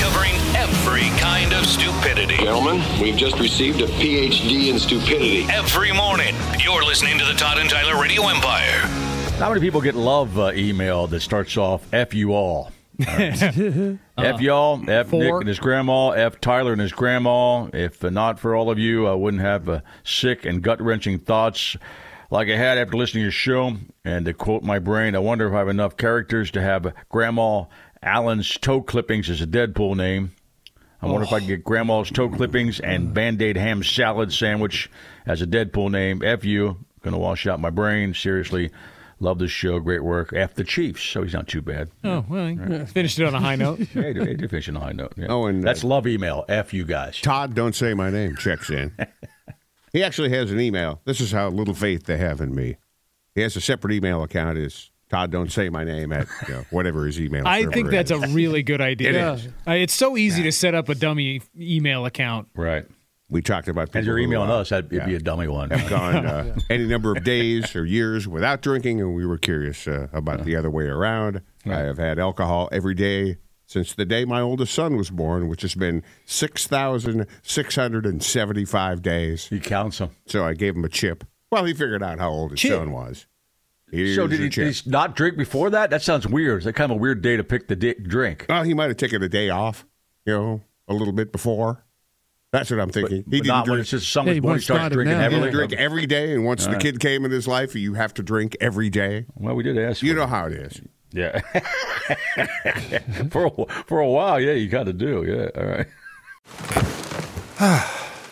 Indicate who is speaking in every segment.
Speaker 1: Covering every kind of stupidity.
Speaker 2: Gentlemen, we've just received a PhD in stupidity.
Speaker 1: Every morning, you're listening to the Todd and Tyler Radio Empire.
Speaker 3: How many people get love uh, email that starts off "F you all"? F y'all, F Nick and his grandma, F Tyler and his grandma. If not for all of you, I wouldn't have uh, sick and gut wrenching thoughts like I had after listening to your show. And to quote my brain, I wonder if I have enough characters to have Grandma Allen's toe clippings as a Deadpool name. I wonder if I can get Grandma's toe clippings
Speaker 4: Mm.
Speaker 3: and Band Aid ham salad sandwich as a Deadpool name. F you. Gonna wash out my brain. Seriously. Love this show. Great work. F the Chiefs. So he's not too bad.
Speaker 5: Oh, well, he finished it on a high note.
Speaker 3: Yeah, he did- he did finish on a high note. yeah.
Speaker 4: Oh, and, uh,
Speaker 3: that's love email. F you guys.
Speaker 4: Todd, don't say my name, checks in. he actually has an email. This is how little faith they have in me. He has a separate email account. Is Todd, don't say my name at you know, whatever his email.
Speaker 5: I
Speaker 4: server
Speaker 5: think that's a
Speaker 4: is.
Speaker 5: really good idea.
Speaker 4: It is.
Speaker 5: Uh, it's so easy to set up a dummy email account.
Speaker 3: Right.
Speaker 4: we talked about. People
Speaker 3: And you're
Speaker 4: who,
Speaker 3: emailing
Speaker 4: uh,
Speaker 3: us. That'd it'd be a dummy one.
Speaker 4: Have gone uh, any number of days or years without drinking, and we were curious uh, about the other way around. I have had alcohol every day since the day my oldest son was born, which has been six thousand six hundred and seventy-five days.
Speaker 3: He counts them.
Speaker 4: So I gave him a chip. Well, he figured out how old his
Speaker 5: Chip.
Speaker 4: son was. Here's
Speaker 3: so did
Speaker 4: your
Speaker 3: he,
Speaker 4: chip.
Speaker 3: did he not drink before that? That sounds weird. It's like kind of a weird day to pick the di- drink.
Speaker 4: well, he might have taken a day off, you know, a little bit before. That's what I'm thinking. he
Speaker 3: But
Speaker 4: didn't
Speaker 3: not when
Speaker 4: drink.
Speaker 3: it's just someone's
Speaker 6: Yeah,
Speaker 3: born, he
Speaker 6: once
Speaker 3: starts
Speaker 6: started
Speaker 3: drinking
Speaker 6: now.
Speaker 4: he
Speaker 3: heavily.
Speaker 4: didn't drink every day, and once the kid came in his life, you have to drink every day.
Speaker 3: Well, we did ask.
Speaker 4: You
Speaker 3: for
Speaker 4: know how it is.
Speaker 3: it. yeah. for a, wh- for a while, yeah, you got to do. Yeah, all right.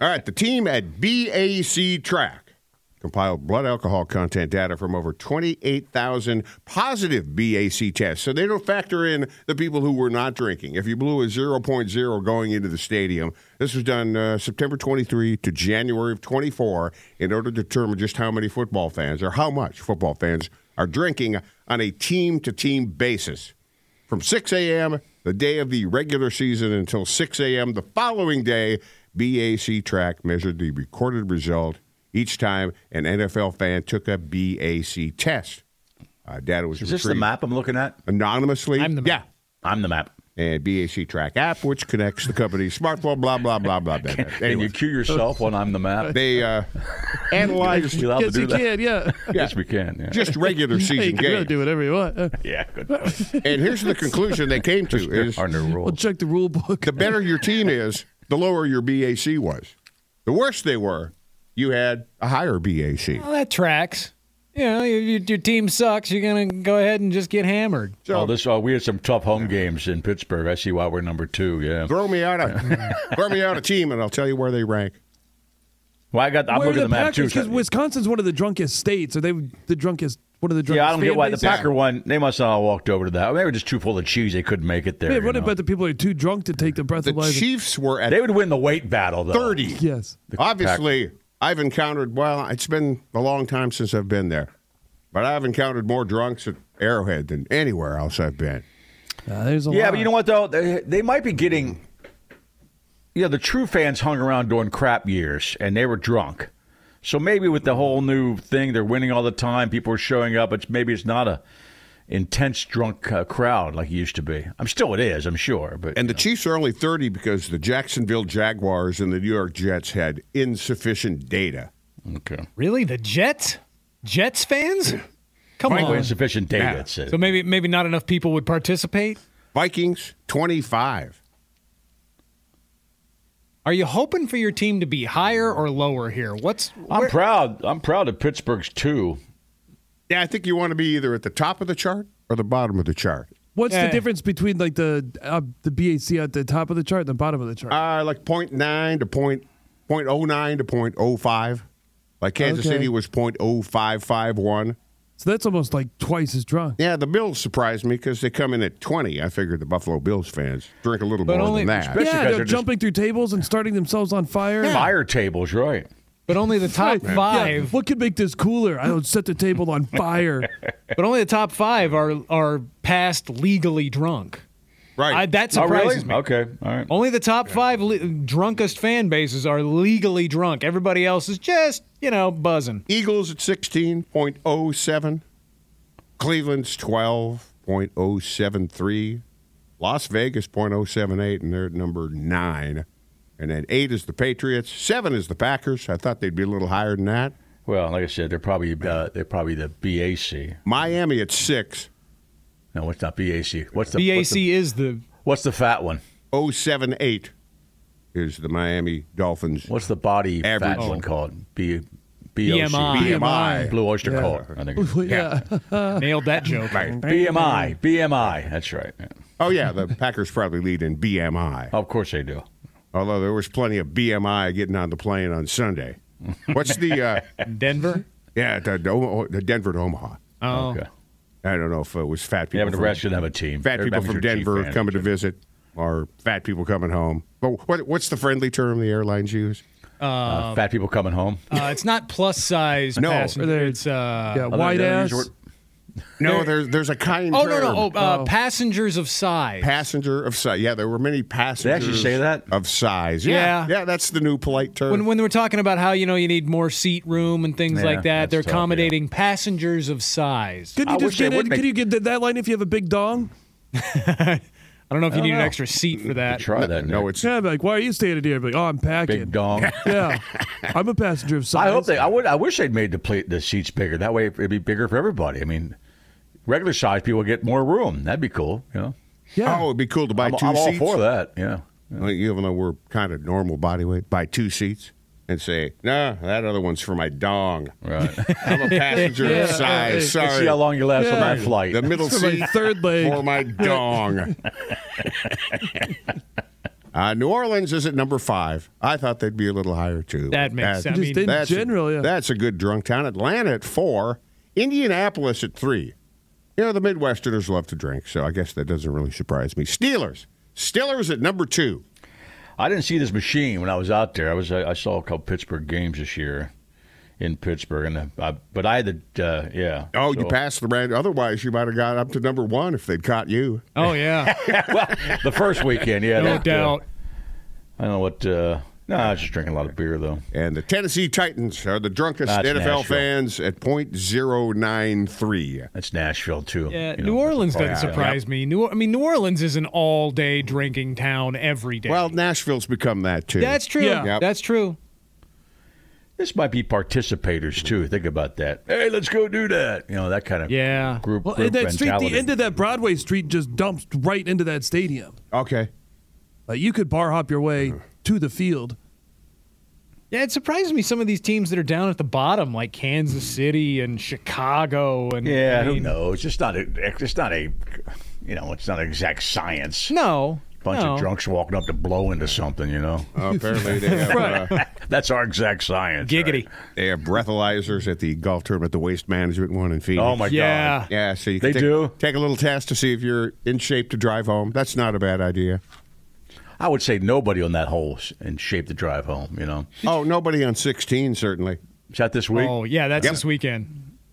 Speaker 4: All right, the team at BAC Track compiled blood alcohol content data from over 28,000 positive BAC tests. So they don't factor in the people who were not drinking. If you blew a 0.0 going into the stadium, this was done uh, September 23 to January of 24 in order to determine just how many football fans or how much football fans are drinking on a team to team basis from 6 a.m. the day of the regular season until 6 a.m. the following day. BAC track measured the recorded result each time an NFL fan took a BAC test. Uh, data was
Speaker 3: Is this
Speaker 4: retrieved
Speaker 3: the map I'm looking at?
Speaker 4: anonymously.
Speaker 5: I'm the
Speaker 4: yeah.
Speaker 5: map.
Speaker 3: I'm the map.
Speaker 4: And BAC Track app, which connects the company's smartphone, blah, blah, blah, blah, blah. blah.
Speaker 3: And you
Speaker 4: Anyway,
Speaker 3: cue yourself when I'm the map.
Speaker 4: they uh, analyzed
Speaker 3: We allowed to
Speaker 6: yes,
Speaker 3: do
Speaker 6: you
Speaker 3: that.
Speaker 6: can. Yeah,
Speaker 3: Yes, we can. Yeah.
Speaker 4: just regular
Speaker 6: Hey, you
Speaker 4: season
Speaker 6: can really
Speaker 4: games.
Speaker 6: do whatever you want. Uh,
Speaker 3: yeah. Good. point.
Speaker 4: And here's the conclusion they came to is
Speaker 3: Our new rule.
Speaker 6: Well, check the rule book.
Speaker 4: the better your team is, the lower your BAC was. The worse they were, you had a higher BAC.
Speaker 5: Well, that tracks. You know, if your, your team sucks, you're going to go ahead and just get hammered.
Speaker 3: oh, this. Oh, we had some tough home games in Pittsburgh. I see why we're number two. Yeah.
Speaker 4: Throw me out a throw me out a team, and I'll tell you where they rank.
Speaker 3: Well, I got. I'm
Speaker 6: Where
Speaker 3: looking
Speaker 6: the
Speaker 3: at the map
Speaker 6: Packers,
Speaker 3: too.
Speaker 6: Because Wisconsin's one of the drunkest states. Are they the drunkest? One of the drunkest.
Speaker 3: yeah, I don't get
Speaker 6: fan
Speaker 3: why the
Speaker 6: bases?
Speaker 3: Packer one. They must not have walked over to that. They were just too full of cheese. They couldn't make it there.
Speaker 6: Yeah,
Speaker 3: you
Speaker 6: what
Speaker 3: know.
Speaker 6: about the people who are too drunk to take the
Speaker 4: The
Speaker 6: breathalyzer?
Speaker 4: Chiefs were
Speaker 3: They
Speaker 4: at
Speaker 3: would win the weight battle though.
Speaker 4: 30.
Speaker 6: Yes.
Speaker 4: Obviously, I've encountered, well, it's been a long time since I've been there, but I've encountered more drunks at Arrowhead than anywhere else I've been.
Speaker 6: Uh, there's a
Speaker 3: Yeah,
Speaker 6: lot.
Speaker 3: but you know what though? They, they might be getting. Yeah, the true fans hung around during crap years, and they were drunk. So maybe with the whole new thing, they're winning all the time. People are showing up. It's maybe it's not a intense drunk uh, crowd like it used to be. I'm still it is. I'm sure, but
Speaker 4: And the Chiefs are only 30 because the Jacksonville Jaguars and the New York Jets had insufficient data.
Speaker 3: okay.
Speaker 5: Really, the Jets? Jets fans? Come
Speaker 3: Frankly,
Speaker 5: on.
Speaker 3: insufficient data. it says.
Speaker 5: So maybe maybe not enough people would participate.
Speaker 4: Vikings, 25.
Speaker 5: Are you hoping for your team to be higher or lower here? What's
Speaker 3: I'm proud. I'm proud of Pittsburgh's two.
Speaker 4: Yeah, I think you want to be either at the top of the chart or the bottom of the chart.
Speaker 6: What's
Speaker 5: Yeah.
Speaker 6: the difference between like the uh, the BAC at the top of the chart and the bottom of the chart?
Speaker 4: Uh, like 0.9 to point, 0.09 to 0.05. Like Kansas
Speaker 6: Okay.
Speaker 4: City was 0.0551.
Speaker 6: so that's almost like twice as drunk.
Speaker 4: Yeah, the Bills surprised me because they come in at 20. I figured the Buffalo Bills fans drink a little
Speaker 5: But
Speaker 4: more
Speaker 5: only-
Speaker 4: than that.
Speaker 3: especially-
Speaker 6: Yeah,
Speaker 3: guys
Speaker 6: they're
Speaker 3: are just-
Speaker 6: jumping through tables and starting themselves on fire.
Speaker 3: Fire tables, right?
Speaker 5: but only the top
Speaker 6: Yeah,
Speaker 5: five?
Speaker 6: What could make this cooler? I would set the table on fire.
Speaker 5: But only the top five are are past legally drunk.
Speaker 4: right.
Speaker 5: I, that surprises me.
Speaker 3: Oh, Okay, all right.
Speaker 5: Only the top five le- drunkest fan bases are legally drunk. Everybody else is just you know buzzing.
Speaker 4: Eagles at 16.07. Cleveland's 12.073. Las Vegas 0.078, and they're at number nine. And then eight is the Patriots. Seven is the Packers. I thought they'd be a little higher than that.
Speaker 3: Well, like I said, they're probably uh, they're probably the BAC.
Speaker 4: Miami at six.
Speaker 3: No, it's not BAC. What's the
Speaker 5: BAC
Speaker 3: What's the,
Speaker 5: is the
Speaker 3: what's the fat one?
Speaker 4: 078 is the Miami Dolphins.
Speaker 3: What's the body
Speaker 4: Average. Oh.
Speaker 3: fat one called? B BOC.
Speaker 5: BMI.
Speaker 4: BMI.
Speaker 3: Blue Oyster Cult. I think. it's-
Speaker 6: yeah.
Speaker 5: nailed that joke.
Speaker 3: BMI. BMI. That's right. Yeah.
Speaker 4: Oh, yeah, the Packers probably lead in BMI.
Speaker 3: Of course they do.
Speaker 4: Although there was plenty of BMI getting on the plane on Sunday. What's the, uh,
Speaker 5: Denver.
Speaker 4: yeah, the, the, Omaha- the Denver to Omaha.
Speaker 5: Oh,
Speaker 3: Okay.
Speaker 4: I don't know if it was fat people.
Speaker 3: Yeah, but
Speaker 4: from-
Speaker 3: Nebraska doesn't have a team.
Speaker 4: Fat people
Speaker 3: Everybody's
Speaker 4: from
Speaker 3: your chief
Speaker 4: Denver
Speaker 3: fan.
Speaker 4: coming to visit, or fat people coming home. But what, what's the friendly term the airlines use?
Speaker 3: Uh, fat people coming home.
Speaker 5: uh, it's not plus size.
Speaker 4: No.
Speaker 5: passenger. it's uh,
Speaker 6: yeah, white
Speaker 3: they're
Speaker 6: ass.
Speaker 3: usual-
Speaker 4: No, there's there's a kind.
Speaker 5: Oh
Speaker 4: term.
Speaker 5: no no! Oh, uh, passengers of size.
Speaker 4: Passenger of size. Yeah, there were many passengers.
Speaker 3: say that?
Speaker 4: of size. Yeah,
Speaker 5: Yeah.
Speaker 4: yeah, that's the new polite term.
Speaker 5: when when we're talking about how you know you need more seat room and things
Speaker 3: Yeah,
Speaker 5: like that,
Speaker 3: that's
Speaker 5: they're
Speaker 3: tough, yeah.
Speaker 5: accommodating passengers of size.
Speaker 6: Could
Speaker 3: I
Speaker 6: you
Speaker 3: wish
Speaker 6: just
Speaker 3: they
Speaker 6: get
Speaker 3: would
Speaker 6: in,
Speaker 3: make-
Speaker 6: could you get that line if you have a big dong?
Speaker 5: I don't know if you need an extra seat for that.
Speaker 3: Try that.
Speaker 4: no,
Speaker 3: Nick.
Speaker 4: it's
Speaker 6: Yeah, like why are you standing here? Like, oh, I'm packing.
Speaker 3: big dong.
Speaker 6: Yeah, I'm a passenger of size.
Speaker 3: I hope they. I would. I wish they'd made the plate the seats bigger. That way, it'd be bigger for everybody. I mean, regular size people get more room. That'd be cool. You know,
Speaker 6: Yeah.
Speaker 4: oh, it'd be cool to buy
Speaker 3: I'm,
Speaker 4: two
Speaker 3: I'm all
Speaker 4: seats.
Speaker 3: for that. Yeah.
Speaker 4: Well, Even though we're kind of normal body weight, buy two seats and say, nah, that other one's for my dong.
Speaker 3: Right.
Speaker 4: I'm a passenger of size.
Speaker 3: Let's
Speaker 4: Sorry.
Speaker 3: see how long you last on
Speaker 6: Yeah.
Speaker 3: that flight.
Speaker 4: The middle
Speaker 6: It's for my
Speaker 4: seat
Speaker 6: third leg.
Speaker 4: for my dong. uh, New Orleans is at number five. I thought they'd be a little higher too.
Speaker 5: That makes
Speaker 4: That's-
Speaker 5: sense. I
Speaker 6: Just
Speaker 5: mean,
Speaker 6: in
Speaker 4: That's
Speaker 6: general, yeah.
Speaker 4: that's a good drunk town. Atlanta at four. Indianapolis at three. You know the Midwesterners love to drink, so I guess that doesn't really surprise me. Steelers. Steelers at number two.
Speaker 3: I didn't see this machine when I was out there. I was I, I saw a couple Pittsburgh games this year in Pittsburgh, and uh, I, but I had the uh, yeah.
Speaker 4: Oh, you
Speaker 3: So-
Speaker 4: passed the brand. Otherwise, you might have got up to number one if they'd caught you.
Speaker 5: oh yeah,
Speaker 3: the first weekend, yeah.
Speaker 5: no
Speaker 3: that, uh,
Speaker 5: doubt.
Speaker 3: I don't know what. Uh, no, I was just drinking a lot of beer though.
Speaker 4: And the Tennessee Titans are the drunkest
Speaker 3: That's
Speaker 4: NFL
Speaker 3: Nashville.
Speaker 4: fans at .093.
Speaker 3: That's Nashville too.
Speaker 5: Yeah,
Speaker 3: you know,
Speaker 5: New Orleans
Speaker 3: that's a
Speaker 5: doesn't
Speaker 3: problem.
Speaker 5: surprise me. New, I mean, New Orleans is an all-day drinking town every day.
Speaker 4: Well, Nashville's become that too.
Speaker 5: that's true.
Speaker 6: Yeah.
Speaker 4: Yep.
Speaker 5: That's true.
Speaker 3: This might be participators too. Think about that. Hey, let's go do that. You know that kind of
Speaker 5: Yeah.
Speaker 3: group.
Speaker 6: well,
Speaker 3: group
Speaker 6: and that street,
Speaker 3: mentality.
Speaker 6: the end of that Broadway street just dumps right into that stadium.
Speaker 4: okay.
Speaker 6: Like you could bar hop your way
Speaker 3: Mm-hmm.
Speaker 6: to the field.
Speaker 5: Yeah, it surprises me some of these teams that are down at the bottom, like Kansas City and Chicago, and
Speaker 3: yeah,
Speaker 5: I
Speaker 3: who
Speaker 5: mean,
Speaker 3: knows? It's not a. It's not a. You know, it's not an exact science.
Speaker 5: no,
Speaker 3: bunch
Speaker 5: No.
Speaker 3: of drunks walking up to blow into something, you know.
Speaker 4: apparently they have, Right. uh,
Speaker 3: that's our exact science.
Speaker 5: Giggity.
Speaker 4: They have breathalyzers at the golf tournament, the waste management one in Phoenix.
Speaker 3: Oh my
Speaker 5: Yeah.
Speaker 3: god.
Speaker 4: Yeah, so you can
Speaker 3: They
Speaker 4: take,
Speaker 3: do?
Speaker 4: take a little test to see if you're in shape to drive home. That's not a bad idea.
Speaker 3: I would say nobody on that hole is in shape to drive home. You know,
Speaker 4: Oh, nobody on 16 certainly.
Speaker 3: is that this week?
Speaker 5: Oh yeah, that's
Speaker 4: Yep.
Speaker 5: this weekend.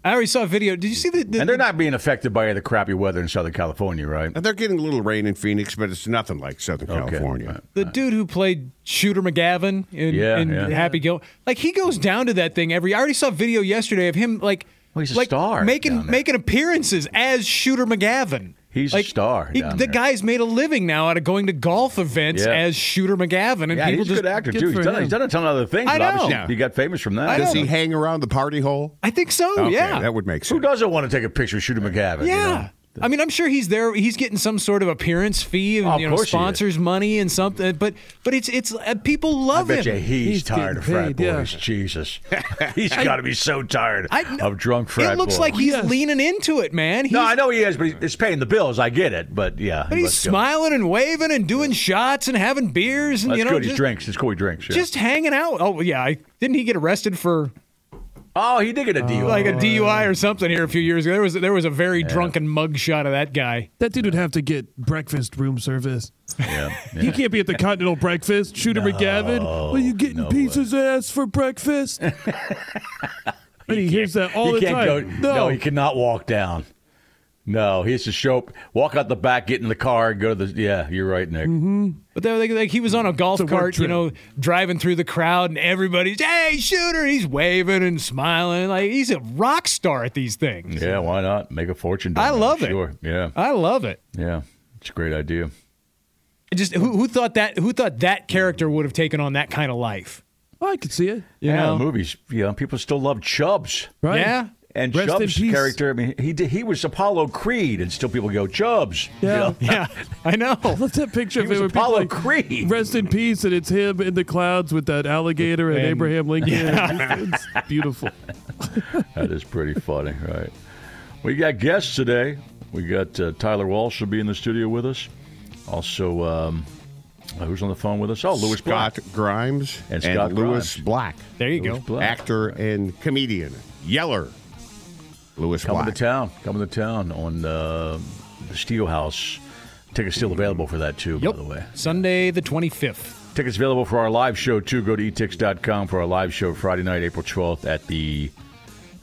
Speaker 5: I already saw a video. Did you see the? the
Speaker 3: and they're not being affected by the crappy weather in Southern California, right?
Speaker 4: Now, they're getting a little rain in Phoenix, but it's nothing like Southern
Speaker 3: Okay.
Speaker 4: California.
Speaker 5: the dude who played Shooter McGavin in,
Speaker 3: Yeah,
Speaker 5: in
Speaker 3: yeah.
Speaker 5: Happy Gil, like he goes down to that thing every. I already saw a video yesterday of him like,
Speaker 3: Well, he's a
Speaker 5: like
Speaker 3: star down
Speaker 5: making
Speaker 3: there.
Speaker 5: making appearances as Shooter McGavin.
Speaker 3: He's a
Speaker 5: like,
Speaker 3: star
Speaker 5: He,
Speaker 3: down
Speaker 5: the
Speaker 3: there.
Speaker 5: guy's made a living now out of going to golf events
Speaker 3: Yeah.
Speaker 5: as Shooter McGavin, and
Speaker 3: Yeah,
Speaker 5: people
Speaker 3: he's a
Speaker 5: just
Speaker 3: good actor
Speaker 6: good
Speaker 3: too. He's
Speaker 6: for
Speaker 3: done,
Speaker 6: him.
Speaker 3: he's done a ton of other things.
Speaker 5: I
Speaker 3: but obviously
Speaker 5: know.
Speaker 3: he got famous from that.
Speaker 4: Does he hang around the party hole?
Speaker 5: I think so.
Speaker 4: Okay,
Speaker 5: yeah,
Speaker 4: That would make sense.
Speaker 3: Who doesn't want to take a picture of Shooter McGavin? you
Speaker 5: Yeah.
Speaker 3: know?
Speaker 5: I mean, I'm sure he's there. He's getting some sort of appearance fee and
Speaker 3: Oh, of
Speaker 5: you know
Speaker 3: course he is.
Speaker 5: sponsors money and something. But but it's it's uh, people
Speaker 3: I
Speaker 5: love
Speaker 3: bet
Speaker 5: him.
Speaker 3: you he's,
Speaker 6: He's
Speaker 3: tired of
Speaker 6: getting
Speaker 3: frat
Speaker 6: paid, yeah.
Speaker 3: boys. Jesus, he's got to be so tired of drunk frat
Speaker 5: It looks
Speaker 3: boys.
Speaker 5: like he's leaning into it, man. He's,
Speaker 3: no, I know he is, but he- it's paying the bills. I get it, but yeah,
Speaker 5: But he's
Speaker 3: let's go.
Speaker 5: smiling and waving and doing shots and having beers and
Speaker 3: That's
Speaker 5: you know
Speaker 3: good. he
Speaker 5: just,
Speaker 3: drinks. It's cool. He drinks. yeah.
Speaker 5: just hanging out. Oh yeah, I, didn't he get arrested for
Speaker 3: oh, he did get a deal.
Speaker 5: like a DUI or something here a few years ago? There was there was a very drunken mug shot of that guy.
Speaker 6: That dude would have to get breakfast room service.
Speaker 3: yeah, yeah.
Speaker 6: He can't be at the Continental Breakfast. Shooter McGavin. Well, you getting
Speaker 3: no
Speaker 6: pizza's ass for breakfast? and he, hears that all
Speaker 3: he
Speaker 6: the
Speaker 3: can't
Speaker 6: time.
Speaker 3: go.
Speaker 6: no,
Speaker 3: he cannot walk down. No, he's a show. Walk out the back, get in the car, go to the. Yeah, you're right, Nick.
Speaker 6: Mm-hmm.
Speaker 5: But they, like, like he was on a golf
Speaker 6: It's a work
Speaker 5: cart, you
Speaker 6: trip.
Speaker 5: know, driving through the crowd, and everybody's hey shooter. He's waving and smiling like he's a rock star at these things.
Speaker 3: Yeah, why not make a fortune? doing
Speaker 5: I love it.
Speaker 3: Sure. Yeah,
Speaker 5: I love it.
Speaker 3: yeah, it's a great idea.
Speaker 5: It Just who, who thought that who thought that character would have taken on that kind of life?
Speaker 6: Oh, I could see it.
Speaker 5: You
Speaker 3: yeah,
Speaker 5: know?
Speaker 3: the movies. You know, people still love Chubbs.
Speaker 6: Right?
Speaker 5: Yeah.
Speaker 3: And
Speaker 6: Rest in
Speaker 3: Chubbs'
Speaker 6: peace.
Speaker 3: character, I mean, he did, he was Apollo Creed, and still people go Chubbs. you
Speaker 6: Yeah.
Speaker 3: know?
Speaker 5: Yeah, I know.
Speaker 6: What's that picture
Speaker 3: He
Speaker 6: of
Speaker 3: was
Speaker 6: him? where people
Speaker 3: Apollo
Speaker 6: like,
Speaker 3: Creed.
Speaker 6: Rest in peace, and it's him in the clouds with that alligator and,
Speaker 5: And-
Speaker 6: Abraham Lincoln. It's beautiful.
Speaker 3: that is pretty funny, right? We got guests today. We got uh, Tyler Walsh will be in the studio with us. Also, um, who's on the phone with us? Oh, Louis Black.
Speaker 4: Scott Grimes
Speaker 3: And Scott
Speaker 4: Lewis
Speaker 3: Grimes.
Speaker 4: Black,
Speaker 5: There you go.
Speaker 3: Louis Black.
Speaker 4: actor and comedian, yeller. Lewis
Speaker 3: Coming
Speaker 4: Black.
Speaker 3: to town. Coming to town on uh, the Steel House. Tickets still available for that too,
Speaker 5: Yep.
Speaker 3: by the way.
Speaker 5: Sunday the twenty fifth.
Speaker 3: Tickets available for our live show too. Go to etix.com for our live show Friday night, April twelfth at the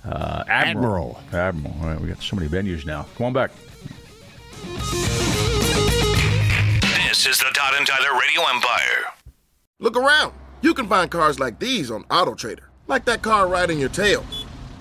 Speaker 3: uh, Admiral. Admiral. All right, we got so many venues now. Come on back.
Speaker 1: This is the Todd and Tyler Radio Empire.
Speaker 7: Look around. You can find cars like these on AutoTrader, like that car riding your tail.